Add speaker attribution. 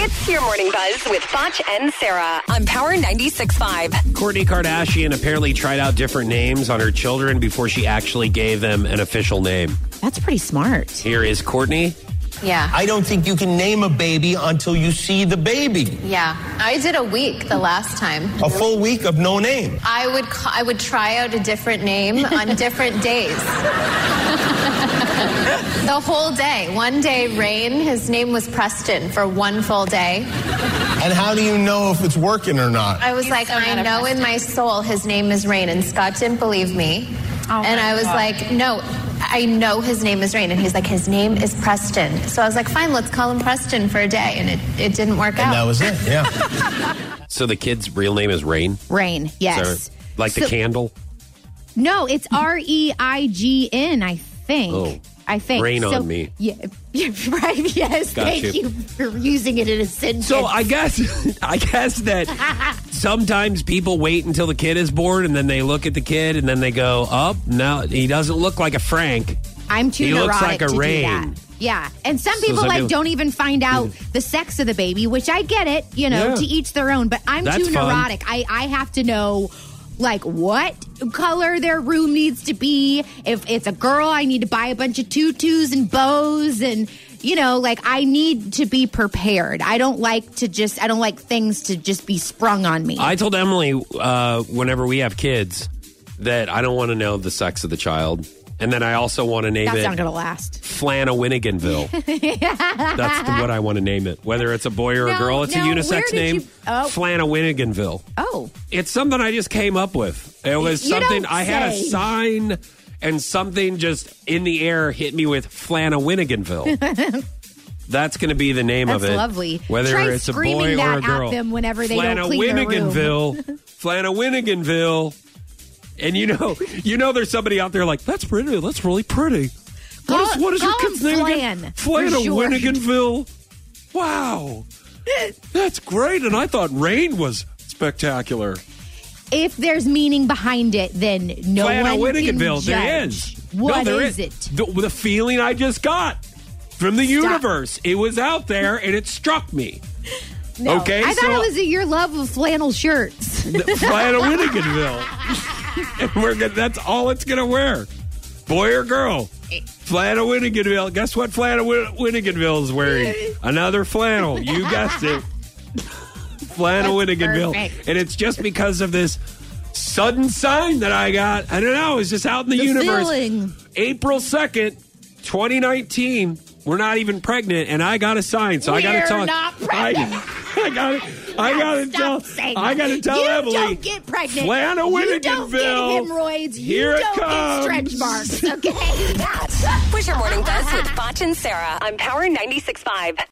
Speaker 1: It's your morning buzz with Foch and Sarah on Power 96.5.
Speaker 2: Courtney Kardashian apparently tried out different names on her children before she actually gave them an official name.
Speaker 3: That's pretty smart.
Speaker 2: Here is Courtney.
Speaker 4: Yeah.
Speaker 5: I don't think you can name a baby until you see the baby.
Speaker 4: yeah. I did a week the last time.
Speaker 5: A full week of no name.
Speaker 4: I would ca- I would try out a different name on different days. the whole day. One day Rain, his name was Preston for one full day.
Speaker 5: And how do you know if it's working or not?
Speaker 4: I was like, I know in my soul his name is Rain and Scott didn't believe me. and I was like, no, I know his name is Rain and he's like his name is Preston. So I was like, fine, let's call him Preston for a day and it, it didn't work
Speaker 5: And
Speaker 4: out.
Speaker 5: that was it, yeah.
Speaker 2: So the kid's real name is Rain.
Speaker 3: Rain. Yes.
Speaker 2: So, like the
Speaker 3: So-
Speaker 2: candle.
Speaker 3: No, it's R E I G N, I think.
Speaker 2: Oh.
Speaker 3: I think.
Speaker 2: Rain on me.
Speaker 3: Yeah, yeah, right. Yes.
Speaker 2: Got
Speaker 3: thank
Speaker 2: you.
Speaker 3: you. for using it in a sentence.
Speaker 2: So I guess I guess that sometimes people wait until the kid is born and then they look at the kid and then they go, "Up, oh, no, he doesn't look like a Frank."
Speaker 3: I'm too
Speaker 2: He looks like
Speaker 3: neurotic
Speaker 2: a
Speaker 3: to
Speaker 2: rain.
Speaker 3: do that. Yeah, and some
Speaker 2: So
Speaker 3: people
Speaker 2: some
Speaker 3: like
Speaker 2: people-
Speaker 3: don't even find out the sex of the baby, which I get it. You know,
Speaker 2: Yeah.
Speaker 3: to each their own. But I'm
Speaker 2: That's
Speaker 3: too
Speaker 2: fun.
Speaker 3: neurotic. I I have to know. Like what color their room needs to be. If it's a girl, I need to buy a bunch of tutus and bows and you know, like I need to be prepared. I don't like to just I don't like things to just be sprung on me.
Speaker 2: I told Emily uh, whenever we have kids that I don't want to know the sex of the child, and then I also want to name
Speaker 3: That's
Speaker 2: it
Speaker 3: not gonna last.
Speaker 2: Flannawiniganville. That's the, what I want to name it. Whether it's a boy or a
Speaker 3: No,
Speaker 2: girl, it's
Speaker 3: no,
Speaker 2: a
Speaker 3: where
Speaker 2: unisex
Speaker 3: did
Speaker 2: name.
Speaker 3: you- oh.
Speaker 2: Flannawiniganville.
Speaker 3: Oh.
Speaker 2: It's something I just came up with. It was
Speaker 3: You don't
Speaker 2: something I had a
Speaker 3: say.
Speaker 2: sign and something just in the air hit me with Flannawiniganville. That's going to be the name of
Speaker 3: That's
Speaker 2: it.
Speaker 3: lovely.
Speaker 2: Whether
Speaker 3: Try
Speaker 2: it's a boy
Speaker 3: screaming
Speaker 2: or a
Speaker 3: that at
Speaker 2: girl.
Speaker 3: them whenever they don't clean their room.
Speaker 2: Flannawiniganville. Flannawiniganville. And you know, you know, there's somebody out there like that's pretty. That's really pretty. What is
Speaker 3: Call-
Speaker 2: what is your
Speaker 3: call him
Speaker 2: kid's name again?
Speaker 3: Flan, for short.
Speaker 2: Flannawiniganville. Wow, that's great. And I thought rain was spectacular.
Speaker 3: if there's meaning behind it, then no
Speaker 2: Plan
Speaker 3: one
Speaker 2: at
Speaker 3: can
Speaker 2: Winniganville.
Speaker 3: judge.
Speaker 2: There is.
Speaker 3: What
Speaker 2: no, there
Speaker 3: is it?
Speaker 2: The, the feeling I just got from the universe. It was out there and it struck me.
Speaker 3: No.
Speaker 2: Okay,
Speaker 3: I thought
Speaker 2: so-
Speaker 3: it was your love of flannel shirts.
Speaker 2: Flying to Winniganville. and we're gonna, that's all it's going to wear. Boy or girl. Flannel Winniganville. Guess what flannel Win- Winniganville is wearing? Another flannel. You guessed it. flannel
Speaker 3: That's
Speaker 2: Winniganville.
Speaker 3: perfect.
Speaker 2: And it's just because of this sudden sign that I got. I don't know. It was just out in the,
Speaker 3: The
Speaker 2: universe.
Speaker 3: feeling.
Speaker 2: April 2nd, 2019. We're not even pregnant, and I got a sign, so I got to
Speaker 3: We're
Speaker 2: talk.
Speaker 3: not pregnant.
Speaker 2: I, I got to. I got to
Speaker 3: Stop
Speaker 2: tell.
Speaker 3: saying
Speaker 2: I
Speaker 3: that.
Speaker 2: got to tell
Speaker 3: you
Speaker 2: Emily.
Speaker 3: Don't get pregnant.
Speaker 2: Flannel
Speaker 3: you don't get
Speaker 2: Winniganville.
Speaker 3: hemorrhoids.
Speaker 2: Here
Speaker 3: you
Speaker 2: it
Speaker 3: don't
Speaker 2: comes.
Speaker 3: get stretch marks. Okay.
Speaker 1: That was your morning buzz with Foch and Sarah on Power 96.5.